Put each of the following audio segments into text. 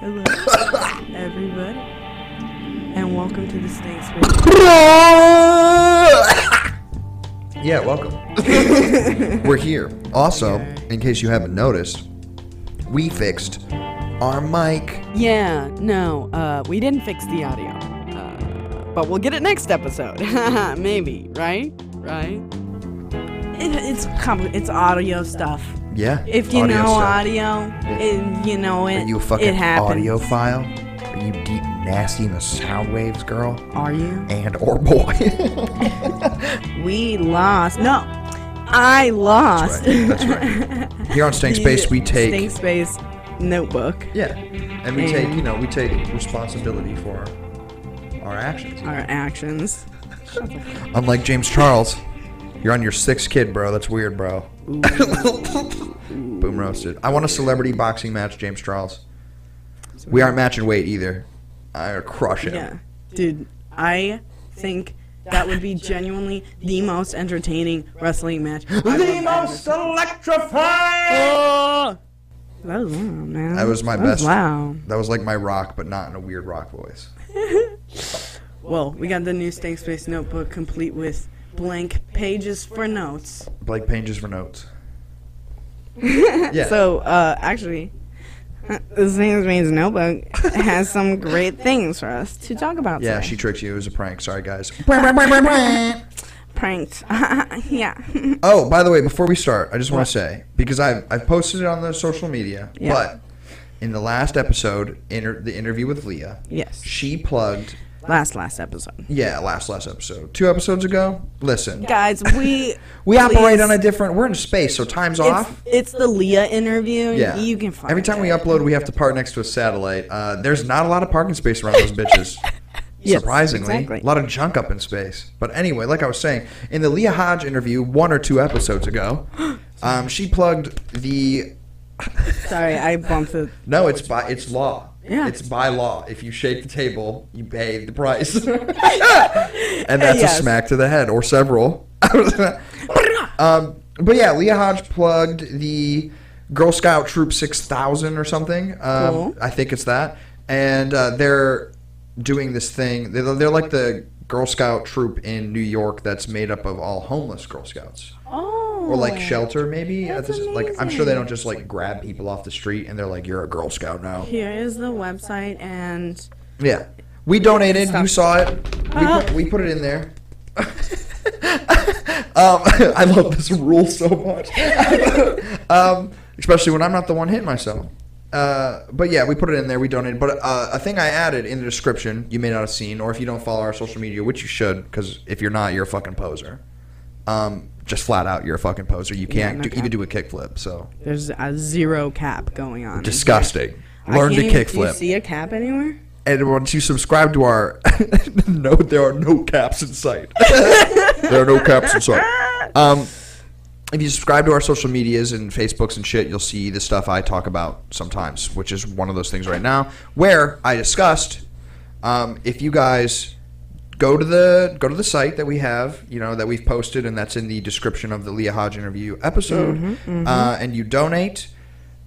Hello, everybody, and welcome to the Snake Space. Yeah, welcome. We're here. Also, in case you haven't noticed, we fixed our mic. Yeah, no, uh, we didn't fix the audio, uh, but we'll get it next episode. Maybe, right? Right? It, it's compli it's audio stuff. Yeah. If you audio know stuff. audio, it, you know it. Are you a it fucking happens. audiophile? Are you deep nasty in the sound waves, girl? Are you? And or boy. We lost. No, I lost. That's right. Here on Stank Space, we take. Stink Space notebook. Yeah. And we take, you know, we take responsibility for our actions. Our actions. Unlike James Charles, you're on your sixth kid, bro. That's weird, bro. Boom roasted. I want a celebrity boxing match, James Charles. We aren't matching weight either. I crush it. Yeah. Dude, I think that would be genuinely the most entertaining wrestling match. The most electrifying! That was loud, man. That was my that best. Was loud. That was like my rock, but not in a weird rock voice. Well, we got the new Stank Space notebook complete with blank pages for notes. Blake Pages for notes. Yeah. So, uh, actually, the Stank Space notebook has some great things for us to talk about yeah, today. she tricked you. It was a prank. Sorry, guys. Pranked. yeah. Oh, by the way, before we start, I just want to say because I've, I've posted it on the social media, Yeah. but in the last episode, inter- the interview with Leah, yes. she plugged Last, last episode. yeah last last episode, two episodes ago. Listen, Guys, we we operate please- on a different. We're in space, so time's It's, off. it's the Leah interview. Yeah, You can find every time we it. upload, we have to park next to a satellite. Uh, there's not a lot of parking space around those bitches. Yes, Surprisingly, exactly. a lot of junk up in space. But anyway, like I was saying, in the Leah Hodge interview one or two episodes ago, um, she plugged the Sorry, I bumped it. No, it's by it's law. Yeah. It's by law. If you shake the table, you pay the price. and that's Yes. a smack to the head or several. um, but yeah, Leah Hodge plugged the Girl Scout Troop 6000 or something. Um, Cool. I think it's that. And uh, they're doing this thing. They're, they're like the Girl Scout Troop in New York that's made up of all homeless Girl Scouts Oh. or like shelter maybe That's At this- like i'm sure amazing. they don't just like grab people off the street and they're like you're a girl scout now Here is the website, and yeah we donated Stop. you saw it we, Ah. put, we put it in there um, i love this rule so much um, especially when i'm not the one hitting myself uh, but yeah, we put it in there. We donated. But uh, a thing I added in the description, you may not have seen, or if you don't follow our social media, which you should, because if you're not, you're a fucking poser. Um, just flat out, you're a fucking poser. You can't no do, cap. even do a kickflip. So there's a zero cap going on. disgusting. I Learn to can't even- Do you kickflip. see a cap anywhere? And once you subscribe to our, no, there are no caps in sight. there are no caps in sight. Um, if you subscribe to our social medias and Facebooks and shit, you'll see the stuff I talk about sometimes, which is one of those things right now where I discussed. Um, if you guys go to the go to the site that we have, you know that we've posted, and that's in the description of the Leah Hodge interview episode, Uh, and you donate.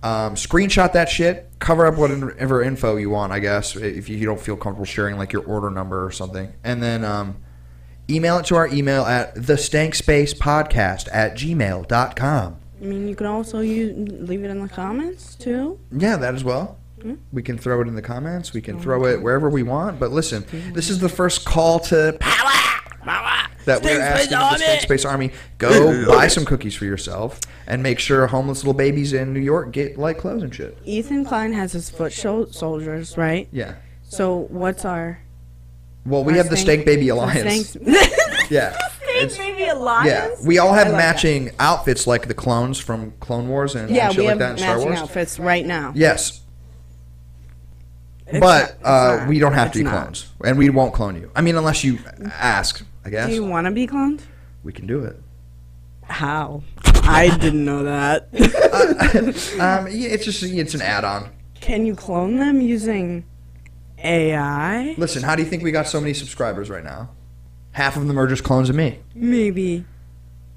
Um, screenshot that shit. Cover up whatever info you want, I guess, if you don't feel comfortable sharing like your order number or something, and then um, email it to our email at the podcast at gmail.com I mean, you could also use, leave it in the comments too. yeah that as well Hmm? we can throw it in the comments we Oh, can throw it wherever we want but listen this is the first call to power that we're asking of the Stank Space Army. Go buy some cookies for yourself and make sure homeless little babies in New York get light clothes and shit. Ethan Klein has his foot shol- soldiers, right? Yeah. So what's our Well, we Our have the Stank- Stank Baby Alliance. thanks? Yeah. Thanks, It's- maybe alliance. Yeah, we all have I like that. matching outfits like the clones from Clone Wars and, and Yeah, shit we like have that in Star matching Wars. outfits right now. Yes, It's not- but it's uh, not. we don't have to It's be not. clones, and we won't clone you. I mean, unless you ask, I guess Do you want to be cloned? we can do it. How? I didn't know that. Um, yeah, it's just it's an add-on. Can you clone them using AI? Listen, how do you think we got so many subscribers right now? Half of them are just clones of me. Maybe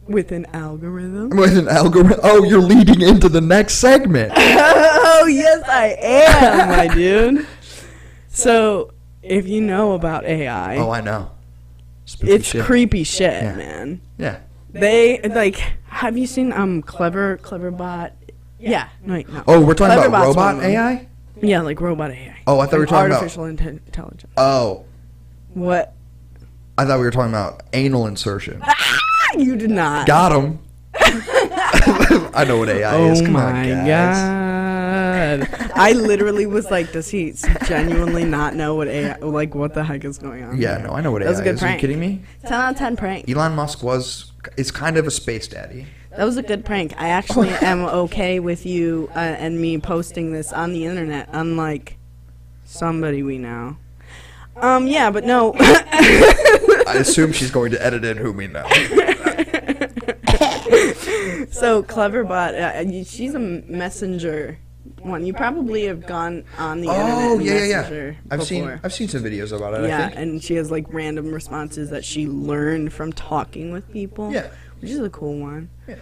With an algorithm? With an algorithm. Oh, you're leading into the next segment. oh, yes, I am, my dude. So, if you know about AI, Oh, I know. Spooky it's shit. creepy shit, Yeah. man. Yeah. They, like, have you seen um Clever, Cleverbot? Yeah, no, wait, no. Oh, we're talking about Cleverbot's one robot of them. AI. Yeah, like robot AI. Oh, I thought we were talking about- artificial inte- intelligence. Oh, What? I thought we were talking about anal insertion. Ah, you did not. Got him. I know what AI is. Oh Come on, my guys. god! I literally was like, does he genuinely not know what AI, like what the heck is going on? Yeah, here? no, I know what That AI was a good is. Are prank. you kidding me? Ten out of ten prank. Elon Musk was is kind of a space daddy. That was a good prank. I actually am okay with you uh, and me posting this on the internet, unlike somebody we know. Um, yeah, but no. I assume she's going to edit in who we know. so Cleverbot, uh, you- she's a messenger one. You probably have gone on the internet. Oh and yeah, yeah, yeah. Messenger I've seen before. I've seen some videos about it. I yeah, think. and she has like random responses that she learned from talking with people. Yeah. which is a cool one. Yeah.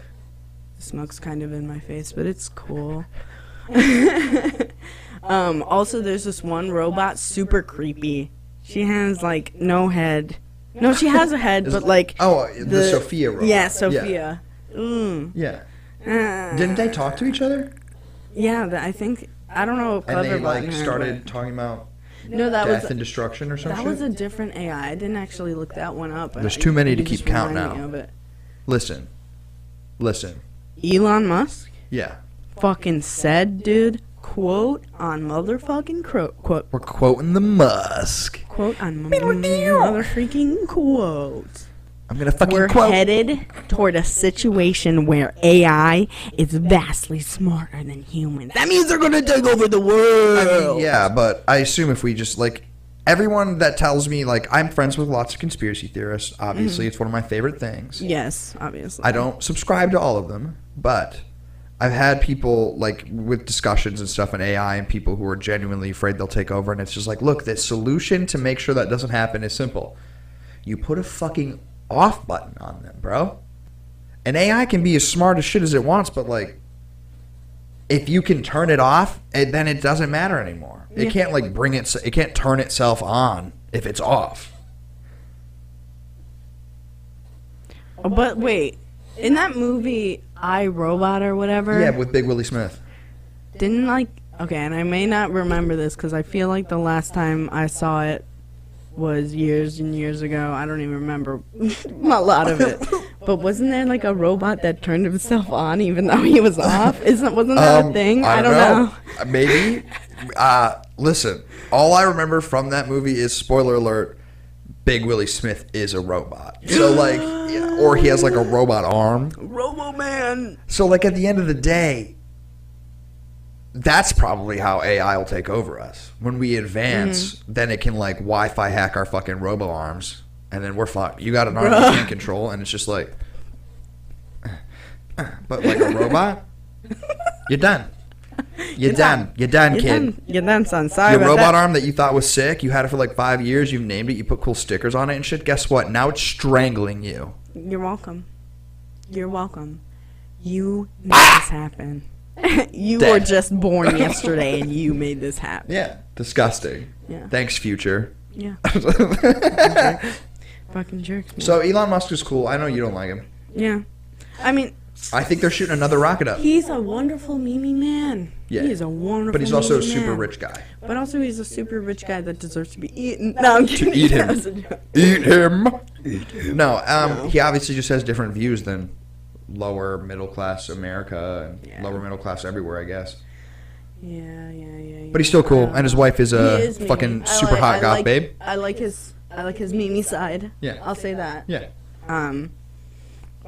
The smoke's kind of in my face, but it's cool. um, also, there's this one robot, super creepy. She has like no head. No, she has a head, Is- but like Oh, uh, the, Sophia robot. Yeah, Sophia. Mm. Yeah. Ah. Didn't they talk to each other? Yeah, th- I think I don't know. if And they Cleverbot like and her, started talking about but- No, that death was and destruction or That something. was a different AI. I didn't actually look that one up. There's I- too many you to just keep count reminded now. me of Listen, listen. it. Elon Musk Yeah, fucking said, dude, quote on motherfucking cro- quote we're quoting the Musk. quote on motherfucking quote. I'm gonna fucking We're quote. headed toward a situation where AI is vastly smarter than humans. That means they're gonna take over the I world. mean, yeah, but I assume if we just like everyone that tells me like I'm friends with lots of conspiracy theorists. Mm-hmm. Obviously, it's one of my favorite things. Yes, obviously. I don't subscribe to all of them, but I've had people like with discussions and stuff on AI and people who are genuinely afraid they'll take over. And it's just like, look, the solution to make sure that doesn't happen is simple. You put a fucking off button on them, bro. An AI can be as smart as shit as it wants, but like, if you can turn it off, it, then it doesn't matter anymore. It Yeah. can't like bring it. It can't turn itself on if it's off. Oh, but wait, in that movie, I Robot or whatever. Yeah, with Big Willie Smith. Didn't like okay, and I may not remember this because I feel like the last time I saw it was years and years ago. I don't even remember a lot of it. But wasn't there like a robot that turned himself on even though he was off? Isn't wasn't that a Um, thing? I, don't know. Uh, Maybe. Uh, listen, all I remember from that movie is spoiler alert: Big Willie Smith is a robot. So like, yeah, or he has like a robot arm. Robo Man. So like, at the end of the day, that's probably how AI will take over us. When we advance, Mm-hmm. then it can like Wi-Fi hack our fucking robo arms, and then we're fucked. You got an arm you can't control, and it's just like, but like a robot, you're done. You're, done. You're done, You're kid. done. You're done, son. Sorry Your about robot that. arm that you thought was sick, you had it for like five years, you've named it, you put cool stickers on it and shit. Guess what? Now it's strangling you. You're welcome. You're welcome. You made this happen. you were Ah! Dead. just born yesterday and you made this happen. Yeah. Disgusting. Yeah. Thanks, future. Yeah. Fucking jerks. Man. so Elon Musk is cool. I know you don't like him. Yeah. I mean, I think they're shooting another rocket up. he's a wonderful Mimi man. Yeah. He is a wonderful But he's also a Mimi super man. rich guy. But also, he's a super rich guy that deserves to be eaten. No, I'm kidding. eat him. That was a joke. Eat him. No, um, he obviously just has different views than lower middle class America and Yeah. lower middle class everywhere, I guess. Yeah, yeah, yeah, yeah. But he's still cool, and his wife is He a is Mimi. fucking I super like- hot I goth like- babe. I like his. I like his Mimi side. Yeah. I'll say that. Yeah, Um,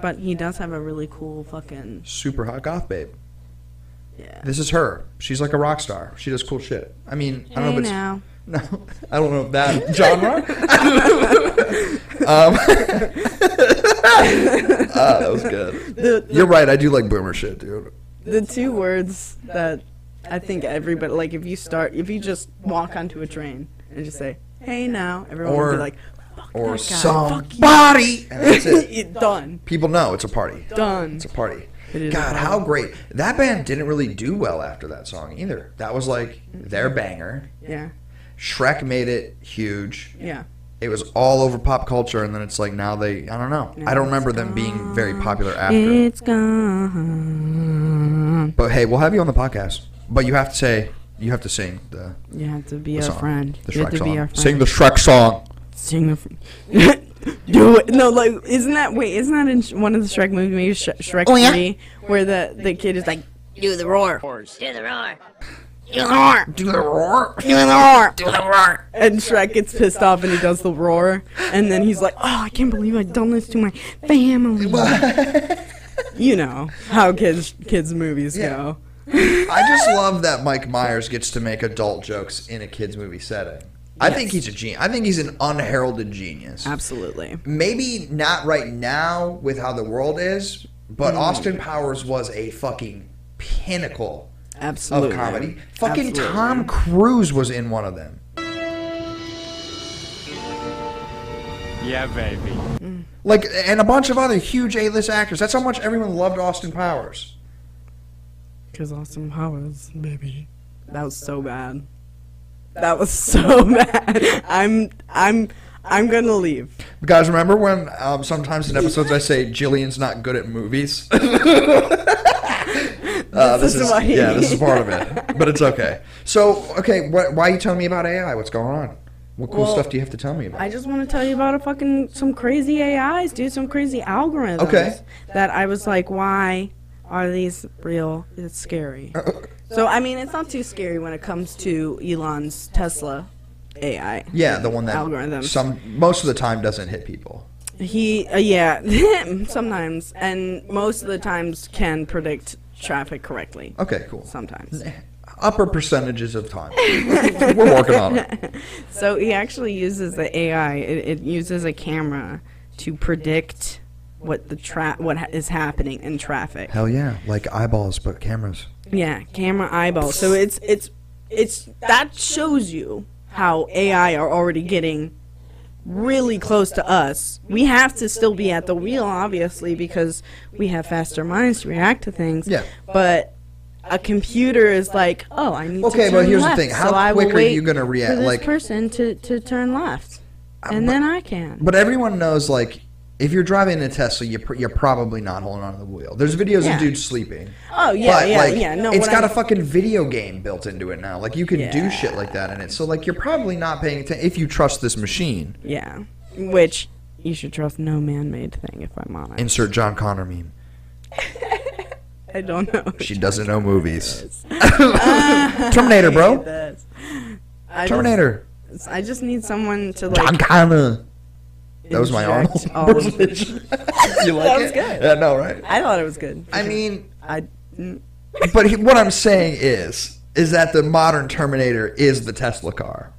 but he does have a really cool fucking. super hot goth babe. Yeah. This is her. She's like a rock star. She does cool shit. I mean, I don't Hey know if it's now. no, I don't know if that genre. um, ah, that was good. The, the, You're right. I do like boomer shit, dude. the two words that I think everybody like if you start if you just walk onto a train and just say hey now everyone would Or- be like that guy. or Oh, Fuck you. somebody. And that's it. Done. People know it's a party. Done. It's a party. It is a God, party. how great. That band didn't really do well after that song either. That was like their banger. Yeah. Shrek made it huge. Yeah. It was all over pop culture, and then it's like now they, I don't know. I don't remember them being very popular after. It's gone. But hey, we'll have you on the podcast. But you have to say, you have to sing the, You have to be the our song. friend. The you have Shrek to song. be our friend. Sing the Shrek song. Sing the. Fr- Do it. No, like isn't that wait? Isn't that in sh- one of the Shrek movies, maybe Sh- Shrek Oh, yeah. Three, where the the kid is like, Do the roar. Do the roar. Do the roar. Do "Do the roar. the roar," Do the roar. and Shrek gets pissed off and he does the roar, and then he's like, "Oh, I can't believe I've done this to my family." you know how kids kids movies Yeah. go. I just love that Mike Myers gets to make adult jokes in a kids movie setting. I think he's a genius. I think he's an unheralded genius. Absolutely. Maybe not right now with how the world is, but Hmm. Austin Powers was a fucking pinnacle of Absolutely. comedy. Fucking Absolutely. Tom Cruise was in one of them. Yeah, baby. Like and a bunch of other huge A-list actors. That's how much everyone loved Austin Powers. Because Austin Powers, baby. That was so bad. That was so bad. I'm I'm I'm gonna leave. Guys, remember when um, sometimes in episodes I say Jillian's not good at movies? Uh, This is why- yeah, this is part of it, but it's okay. So, okay, wh- why are you telling me about AI? What's going on? What cool Well, stuff do you have to tell me about? I just want to tell you about a fucking some crazy AIs, dude. Some crazy algorithms. Okay. That I was like, why are these real? It's scary. Uh, So I mean, it's not too scary when it comes to Elon's Tesla AI. yeah, the one that Algorithms. some most of the time doesn't hit people. He, uh, yeah, sometimes, and most of the times can predict traffic correctly. Okay, cool. Sometimes. Upper percentages of time. We're working on it. So he actually uses the AI. It, it uses a camera to predict what the tra- what ha- is happening in traffic. Hell yeah, like eyeballs but cameras. Yeah, camera eyeball. So it's it's it's that shows you how AI are already getting really close to us. We have to still be at the wheel obviously because we have faster minds to react to things. Yeah. But a computer is like, "Oh, I need to Okay, turn but here's the left, thing. How so I will quick are wait you gonna for react? this Like- person to to turn left." And but- then I can. But everyone knows, like, if you're driving a Tesla, you pr- you're probably not holding on to the wheel. There's videos Yeah. of dudes sleeping. Oh, yeah, but, yeah, like, yeah, no, it's what got a I'm- fucking video game built into it now. Like, you can do Yeah. shit like that in it. So, like, you're probably not paying attention if you trust this machine. yeah. Which you should trust no man-made thing if I'm honest. Insert John Connor meme. I don't know. She doesn't know movies. Terminator, bro. That's- I Terminator. Just, I just need someone to like. John Connor. That was my Arnold. inject all of it. you like That was it? good. Yeah, no, right? I thought it was good. I mean, I. mm, But he, what I'm saying is, is that the modern Terminator is the Tesla car,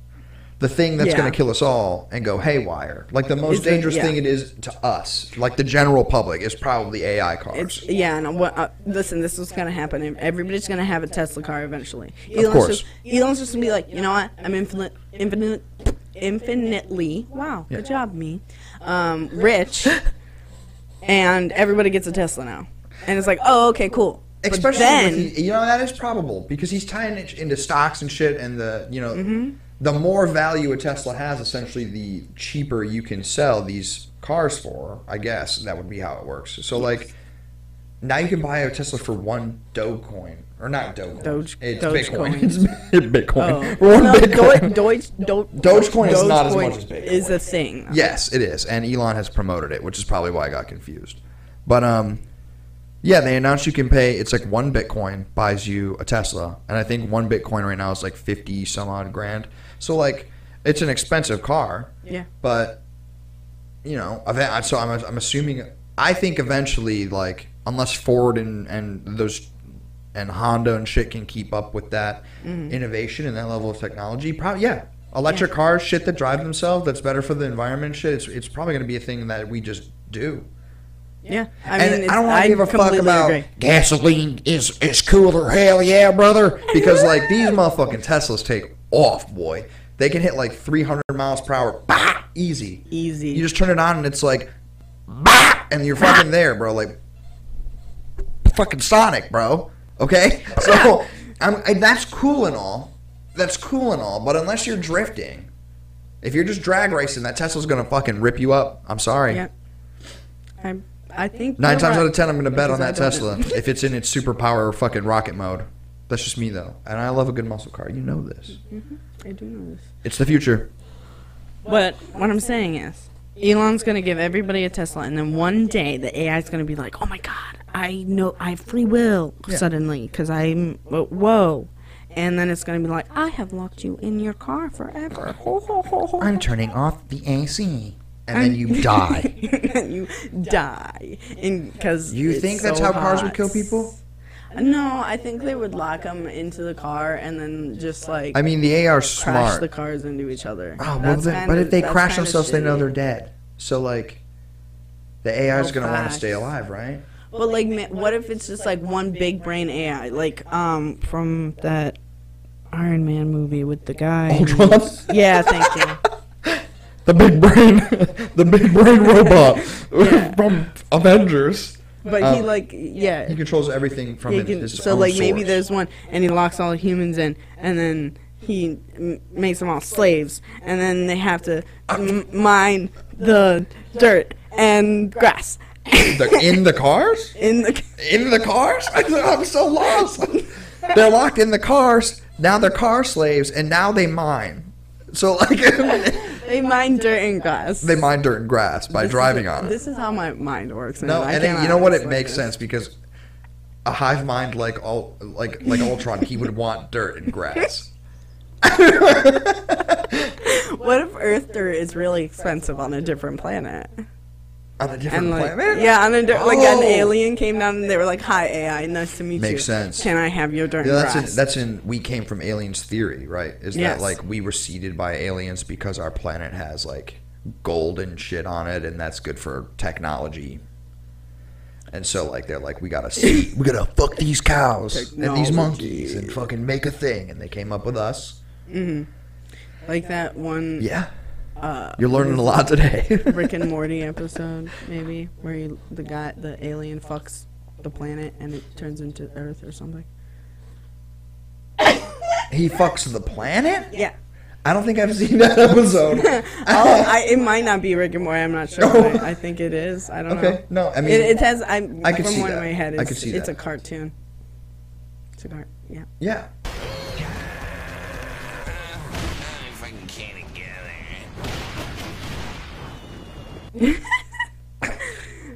the thing that's Yeah. going to kill us all and go haywire. Like the most It's a- dangerous yeah. thing it is to us, like the general public, is probably AI cars. It's yeah. No, what, uh, listen, this is gonna happen. Everybody's gonna have a Tesla car eventually. course. Just, Elon's just gonna be like, you know what? I'm infinite, infinite, infinitely. Wow, good job, me. Um, rich, and everybody gets a Tesla now, and it's like, oh, okay, cool. But Especially, then, with the- you know, that is probable because he's tying it into stocks and shit, and the you know, Mm-hmm. the more value a Tesla has, essentially, the cheaper you can sell these cars for. I guess that would be how it works. So like. Now you can buy a Tesla for one Dogecoin, or not Dogecoin. Doge- it's Dogecoin. Bitcoin. It's Oh. Bitcoin. For one no, Bitcoin. Doi- Deutsch- Do- Dogecoin is not as Dogecoin much as Bitcoin. Is a thing. Yes, it is, and Elon has promoted it, which is probably why I got confused. But um, yeah, they announced you can pay. It's like one Bitcoin buys you a Tesla, and I think one Bitcoin right now is like fifty some odd grand. So like, it's an expensive car, Yeah. but you know, eva- so I'm I'm assuming. I think eventually, like, unless Ford and and those and Honda and shit can keep up with that innovation and that level of technology, probably yeah. Electric cars, shit that drive themselves, that's better for the environment, shit. It's, it's probably going to be a thing that we just do. Yeah, I and mean, I don't want to give a fuck about gasoline is is cooler. Hell yeah, brother. Because like these motherfucking Teslas take off, boy. They can hit like 300 miles per hour, bah, easy. Easy. You just turn it on and it's like, bah, and you're fucking there, bro. Like, fucking Sonic, bro. Okay, so I'm, I, that's cool and all. That's cool and all, but unless you're drifting, if you're just drag racing, that Tesla's gonna fucking rip you up. I'm sorry. Yeah. I I think 9 you're times right. out of ten, I'm gonna bet on that Because I Tesla don't- if it's in its superpower fucking rocket mode. That's just me though, and I love a good muscle car. You know this. I do know this. It's the future. But what I'm saying is, Elon's gonna give everybody a Tesla, and then one day the AI is gonna be like, "Oh my God, I know I have free will suddenly because I'm uh, whoa," and then it's gonna be like, "I have locked you in your car forever." Ho, ho, ho, ho. I'm turning off the AC, and then you die. and you die, and because You think that's how cars would kill people? No, I think they would lock them into the car and then just like I mean, the AR's crash smart. the cars into each other. Oh, well, That's then, kinda- but if they that's crash kinda themselves, they know shitty. they're dead. So like, the AI is Oh, gonna want to facts. stay alive, right? But like, ma- what if it's just like one big brain AI, like um from that Iron Man movie with the guy? who- Yeah, thank you. the big brain, the big brain robot Yeah. from Avengers. But he Um, like yeah. He controls everything from he it- can- his so own like maybe source. there's one, and he locks all the humans in, and then he m- makes them all slaves, and then they have to m- mine the dirt and grass The- in the cars. in the. In the cars? I'm so lost. They're locked in the cars. Now they're car slaves, and now they mine. So like, They mine dirt and grass. they mine dirt and grass by This is- driving on it. This is how my mind works. No, I and it- cannot you know what? It explain makes this. sense because a hive mind like all like like Ultron, he would want dirt and grass. What if Earth dirt is really expensive on a different planet? On a different And like, planet? yeah, on a di- like Oh. an alien came down and they were like, "Hi AI, nice to meet you. Makes sense. Can I have your dirt Yeah, and that's grass?" in, that's in we came from aliens theory, right? Is Yes. that like we were seeded by aliens because our planet has like gold and shit on it, and that's good for technology. And so like they're like we gotta see, we gotta fuck these cows and these Technology. monkeys and fucking make a thing, and they came up with us. like that one Yeah, Uh, you're learning a lot today. Rick and Morty episode, maybe where you, the guy, the alien fucks the planet and it turns into Earth or something. He fucks the planet? Yeah. I don't think I've seen that episode. Oh, I, it might not be Rick and Morty. I'm not sure. but I, I think it is. I don't know. okay, no, I mean, it, it has. I, I could from see one that. of my head. I It's, could see it's that. a cartoon. It's a cart. Yeah. yeah. If I can get it together.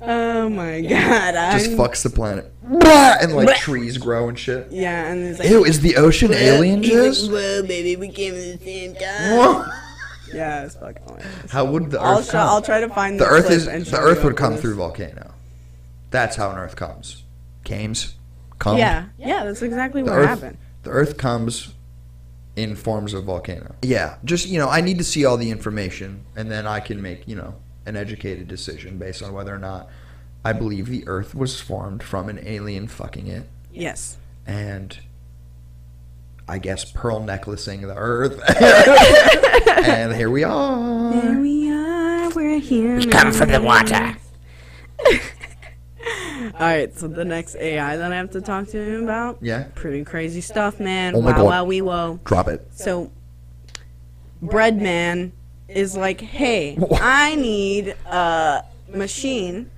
Oh my god. I'm, Just fucks the planet. and like Bleh. trees grow and shit. Yeah, and it's like. Ew, is the ocean alien He's like, juice? Whoa, baby, we came at the same time. Whoa. Yeah, it's fucking. hilarious. How would the earth I'll, sh- come? I'll try to find the earth clip is and the show earth you after would come this. through volcano. That's how an earth comes. Comes, comes. Yeah, yeah, that's exactly um, The what earth, happened. the earth comes in forms of volcano. Yeah, just you know, I need to see all the information, and then I can make you know an educated decision based on whether or not I believe the Earth was formed from an alien fucking it, Yes. and I guess pearl necklacing the Earth, and here we Here are. we are. We're here. We Come from the water. All right. So the next AI that I have to talk to him about. Yeah, Pretty crazy stuff, man. Oh my wow, God. wow, wee, whoa. drop it. So, Breadman is like, hey, Wha- I need a machine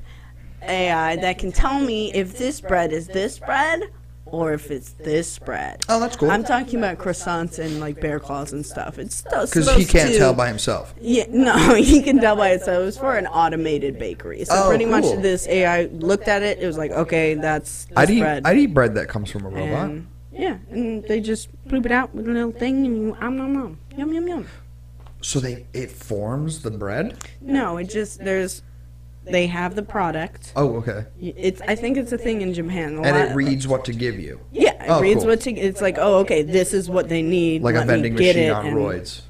AI that can tell me if this bread is this bread or if it's this bread. Oh, that's cool. I'm talking about croissants and like bear claws and stuff. It's Because he can't tell by himself. Yeah, no, he can tell by itself. It was for an automated bakery. So Oh, pretty cool. much this AI looked at it. It was like, okay, that's this I'd eat, bread. I'd eat bread that comes from a robot. and, yeah, and they just bloop it out with a little thing and you, um, um, um, yum, yum, yum. So they it forms the bread. No, it just there's they have the product. Oh, okay. Y- It's I think it's a thing in Japan. A And lot- it reads what to give you, Yeah, it Oh, reads cool. what to, it's like. Oh, okay, this is what they need. like a let me vending get machine it on and- roids.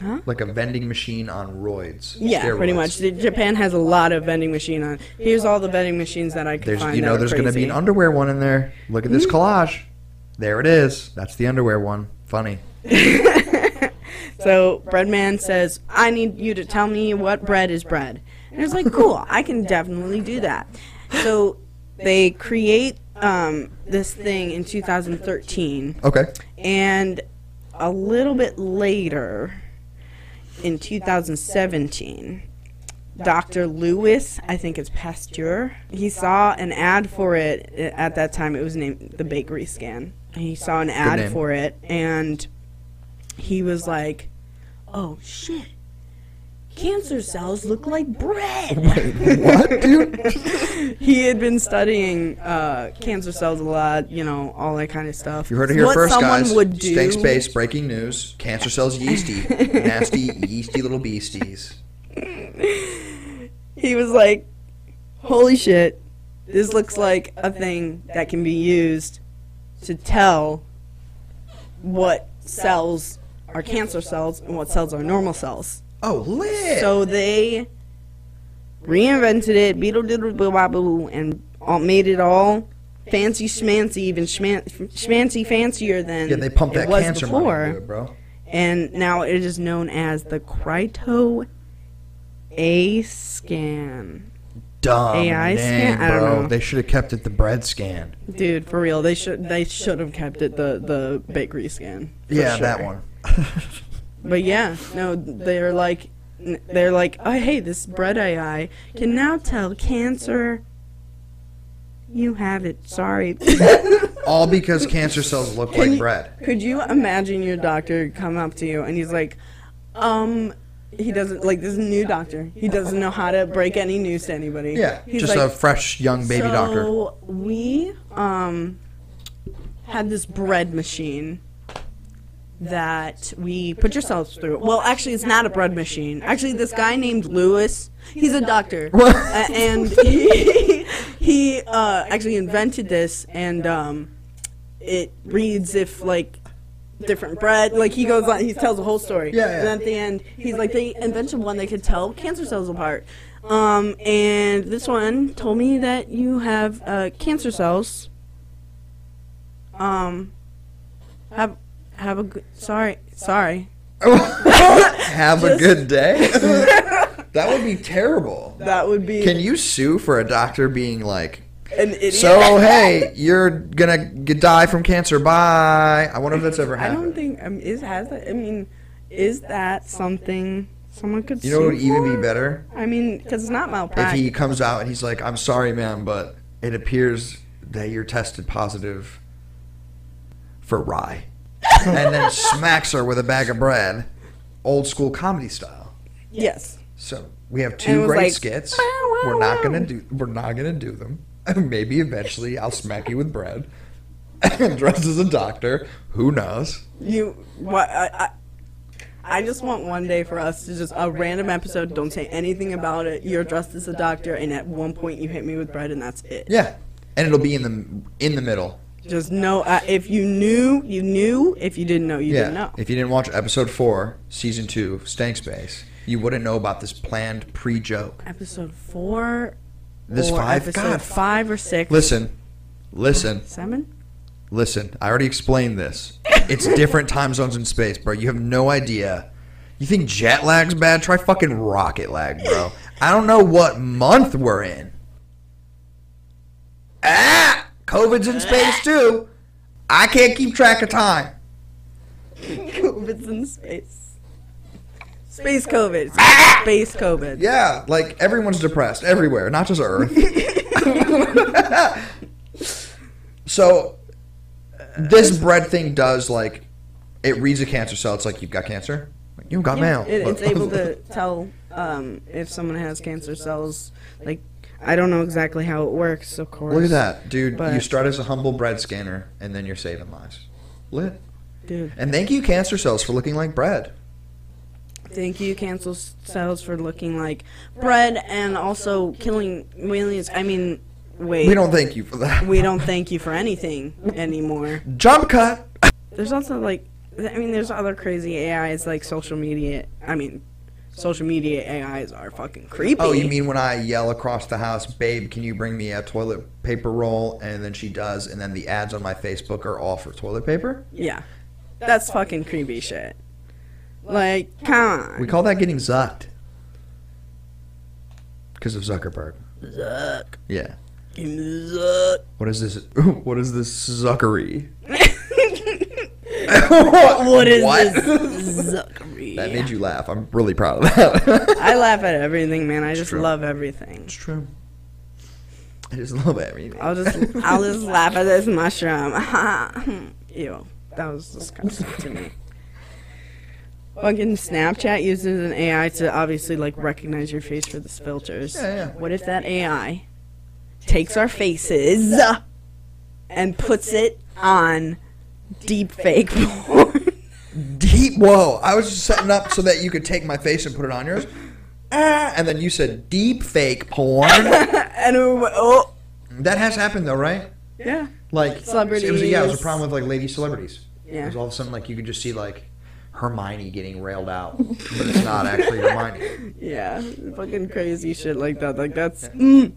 Huh? Like a vending machine on roids. Yeah, pretty Steroids. much. The- Japan has a lot of vending machine on. Here's all the vending machines that Hmm. I could There's, find. you know, there's going to be an underwear one in there. Look at this collage. There it is. That's the underwear one. Funny. be. So Breadman says, I need you to tell me what bread is bread. And I was like, cool, I can definitely do that. So they create um, this thing in 2013. Okay. And a little bit later, in 2017, Dr. Lewis, I think it's Pasteur, he saw an ad for it uh, at that time. It was named the Bakery Scan. He saw an ad name. for it, and he was like, oh shit. Cancer cells look like bread. what, dude? He had been studying uh, cancer cells a lot, you know, all that kind of stuff. You heard it here what first, someone guys. Would do, Stank space. Breaking news. Cancer cells yeasty. Nasty yeasty little beasties. he was like, "Holy shit, this looks like a thing that can be used to tell what cells are cancer cells and what cells are normal cells." Oh, lit. So they reinvented it, beetle diddle boo bop boo, and all, made it all fancy schmancy, even schman, schmancy fancier than yeah, they pumped it that was cancer money before. into it, bro. And now it is known as the Crito A scan. Dumb AI scan? name, I don't bro. know. They should have kept it the bread scan. Dude, for real, they should they should have kept it the the bakery scan. for yeah, sure. that one. But yeah, no, they're like n- they're like, oh hey, this bread AI can now tell cancer. You have it. Sorry. All because cancer cells look Can like you- bread. Could you imagine your doctor come up to you and he's like, um. He doesn't like this is a new doctor. He doesn't know how to break any news to anybody. Yeah, He's just like, a fresh young baby so doctor. we um, had this bread machine that we put yourselves through. Well, actually, it's not a bread machine. Actually, this guy named Lewis, he's a doctor, uh, and he, he uh, actually invented this, and um, it reads if like different bread. Like he goes on, he tells the whole story. Yeah, yeah. And at the end, he's like, they invented one that could tell cancer cells apart. Um, and this one told me that you have uh, cancer cells. Um, have have a good. Sorry, sorry. Have a good day. that would be terrible. That would be Can you sue for a doctor being like, an idiot. so hey, you're gonna g die from cancer? Bye. I wonder if that's ever I happened. don't think um, is has that. I mean, is that something someone could? you know what would sue even for? be better I mean, because it's not if malpractice. he comes out and he's like, I'm sorry, ma'am, but it appears that you're tested positive for rye, and then smacks her with a bag of bread, old school comedy style. yes. So we have And it two was great like, skits. "Wow, wow, we're not wow." gonna do. We're not gonna do them. Maybe eventually I'll smack you with bread, and dressed as a doctor. Who knows? You what? I, I, I just want one day for us to just a random episode. Don't say anything about it. You're dressed as a doctor, and at one point you hit me with bread, and that's it. Yeah, and it'll be in the in the middle. Just know uh, if you knew, you knew. If you didn't know, you yeah. didn't know. If you didn't watch episode four, season two, Stank Space, you wouldn't know about this planned pre-joke. episode four. This or five. Episode God, five or six. listen, listen, Seven. listen. I already explained this. It's different time zones in space, bro. You have no idea. You think jet lag's bad? Try fucking rocket lag, bro. I don't know what month we're in. Ah, COVID's in space too. I can't keep track of time. COVID's in space. Space COVID. Space COVID. Yeah, like everyone's depressed everywhere, not just Earth. so this bread thing does like it reads a cancer cell. It's like you've got cancer. Like, you've got mail. It, it's able to tell um, if someone has cancer cells. Like, I don't know exactly how it works, of course. Look at that, dude. you But- start as a humble bread scanner, and then you're saving lives. Lit. Dude, And thank you, cancer cells, for looking like bread. thank you, cancer s- cells, for looking like bread and also killing millions. I mean, wait. We don't thank you for that. we don't thank you for anything anymore. Jump cut. There's also, like, I mean, there's other crazy AIs like social media. I mean, social media AIs are fucking creepy. Oh, you mean when I yell across the house, babe, can you bring me a toilet paper roll? And then she does, and then the ads on my Facebook are all for toilet paper? Yeah. That's fucking creepy shit. Like, come on. We call that getting zucked. Because of Zuckerberg. Zuck. Yeah. Give me the What is this? What is this zuckery? zuck. what is What? this Zuckery? That made you laugh. I'm really proud of that. I laugh at everything, man. I just true. love everything. it's true. I just love everything. I'll just I'll just laugh at this mushroom. Ew. That was disgusting to me. Fucking Snapchat uses an AI to obviously like recognize your face for this filters. Yeah, yeah. What if that AI takes our faces and puts it on deep fake porn? Deep. Whoa! I was just setting up so that you could take my face and put it on yours. Ah, and then you said deep fake porn. and it wa- oh that has happened though, right? yeah. Like It was, yeah, it was Celebrities. a problem with like lady celebrities. Yeah. It was all of a sudden like you could just see like Hermione getting railed out, but it's not actually Hermione. Yeah, fucking crazy shit like that. Like that's mm.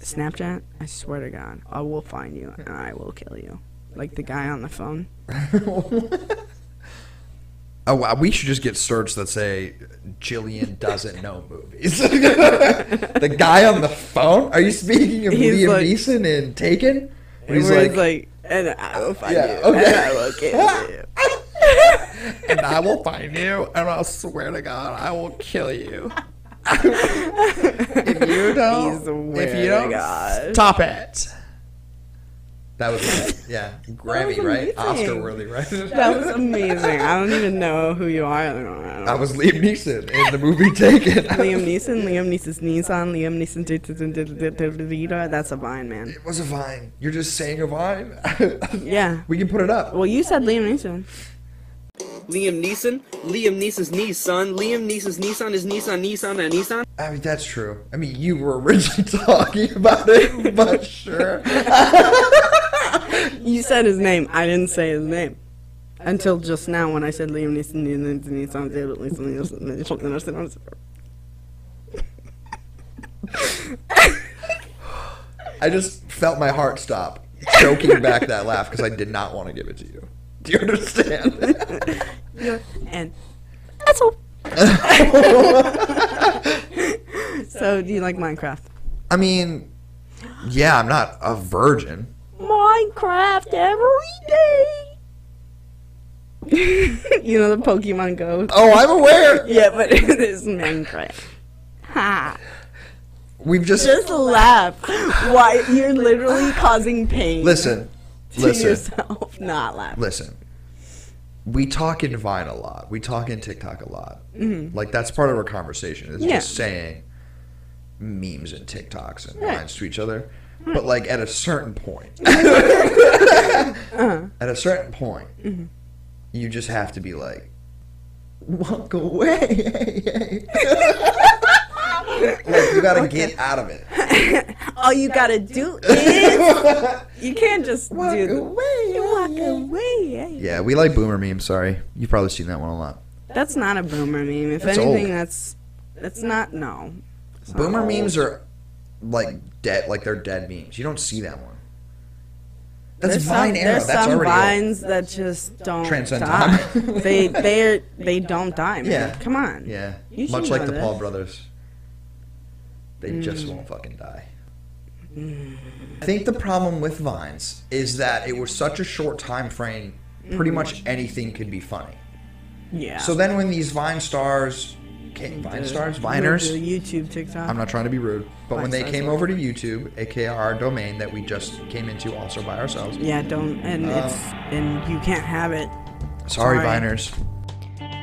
Snapchat. I swear to God, I will find you and I will kill you. Like the guy on the phone. Oh, wow, we should just get searched that say Jillian doesn't know movies. the guy on the phone? Are you speaking of He's Liam like- Neeson and Taken? When He's he's where like, like, it's like, and I will find Yeah, you and okay. I will kill you. and I will find you, and I'll swear to God, I will kill you. if you don't, He's if weird, you don't, God. stop it. That was my- yeah, Grammy, was right? amazing. Oscar worthy, right? That was amazing. I don't even know who you are. I don't know. I was Liam Neeson in the movie Taken. Liam Neeson, Liam Neeson's Nissan, Liam Neeson. did- did- did- did- did- did- did- did- That's a vine, man. It was a vine. You're just saying a vine. Yeah. we can put it up. Well, you said Liam Neeson. Liam Neeson, Liam Neeson's niece, son. Liam Neeson's Nissan is Nissan, Nissan, and Nissan. I mean, that's true. I mean, you were originally talking about it, but sure. You said his name. I didn't say his name. Until just now when I said Liam Neeson, Liam Neeson, Liam Neeson, Liam Neeson, Liam Neeson. I just felt my heart stop, choking back that laugh because I did not want to give it to you. Do you understand? And that's all. so, do you like Minecraft? I mean, yeah, I'm not a virgin. Minecraft every day. you know the Pokemon Go. Oh, I'm aware. Yeah, but it is Minecraft. Ha! We've just Just laugh. Why you're literally causing pain listen, to listen, yourself? Not laugh. listen. We talk in Vine a lot. We talk in TikTok a lot. Like that's part of our conversation. It's Yeah. just saying memes and TikToks and Right. lines to each other. But like at a certain point, at a certain point, you just have to be like, walk away. like you got to get out of it. All you gotta do is you can't just do the walk away. Yeah, we like boomer memes. Sorry, you've probably seen that one a lot. That's not a boomer meme. If That's anything, old. that's that's not no. It's not Boomer old. memes are like dead, like they're dead memes. You don't see that one. That's There's Vine some, era. There's That's some already old. vines that just don't Transcend die. time. they they're they don't die. Man. Yeah. Come on. Yeah, You should much like know the this. Mm. Paul brothers, they just won't fucking die. I think the problem with vines is that it was such a short time frame. Pretty Mm-hmm. much anything could be funny. Yeah. So then, when these Vine stars, came, Vine stars, Viners, The YouTube TikTok. I'm not trying to be rude, but when they Likewise, came over to YouTube, aka our domain that we just came into also by ourselves. yeah. Don't and uh, it's and you can't have it. Sorry. Sorry, Viners.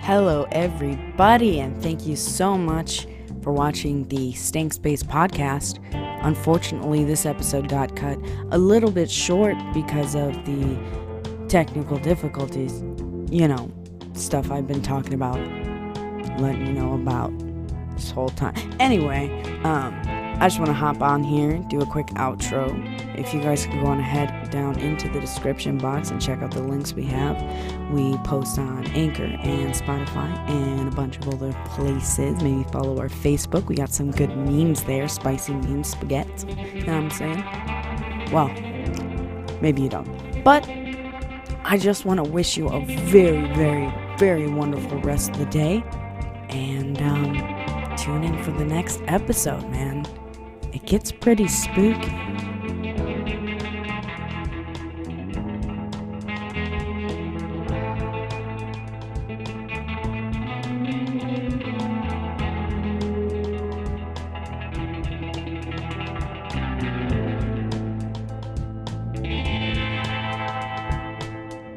Hello, everybody, and thank you so much for watching the Stank Space podcast. Unfortunately, this episode got cut a little bit short because of the technical difficulties. You know, stuff I've been talking about, letting you know about this whole time. Anyway, um, I just want to hop on here, do a quick outro. If you guys could go on ahead down into the description box and check out the links we have, we post on Anchor and Spotify and a bunch of other places. Maybe follow our Facebook. We got some good memes there, spicy memes, spaghetti. You know what I'm saying? Well, maybe you don't. But I just want to wish you a very, very very wonderful rest of the day. And um, tune in for the next episode, man. It gets pretty spooky.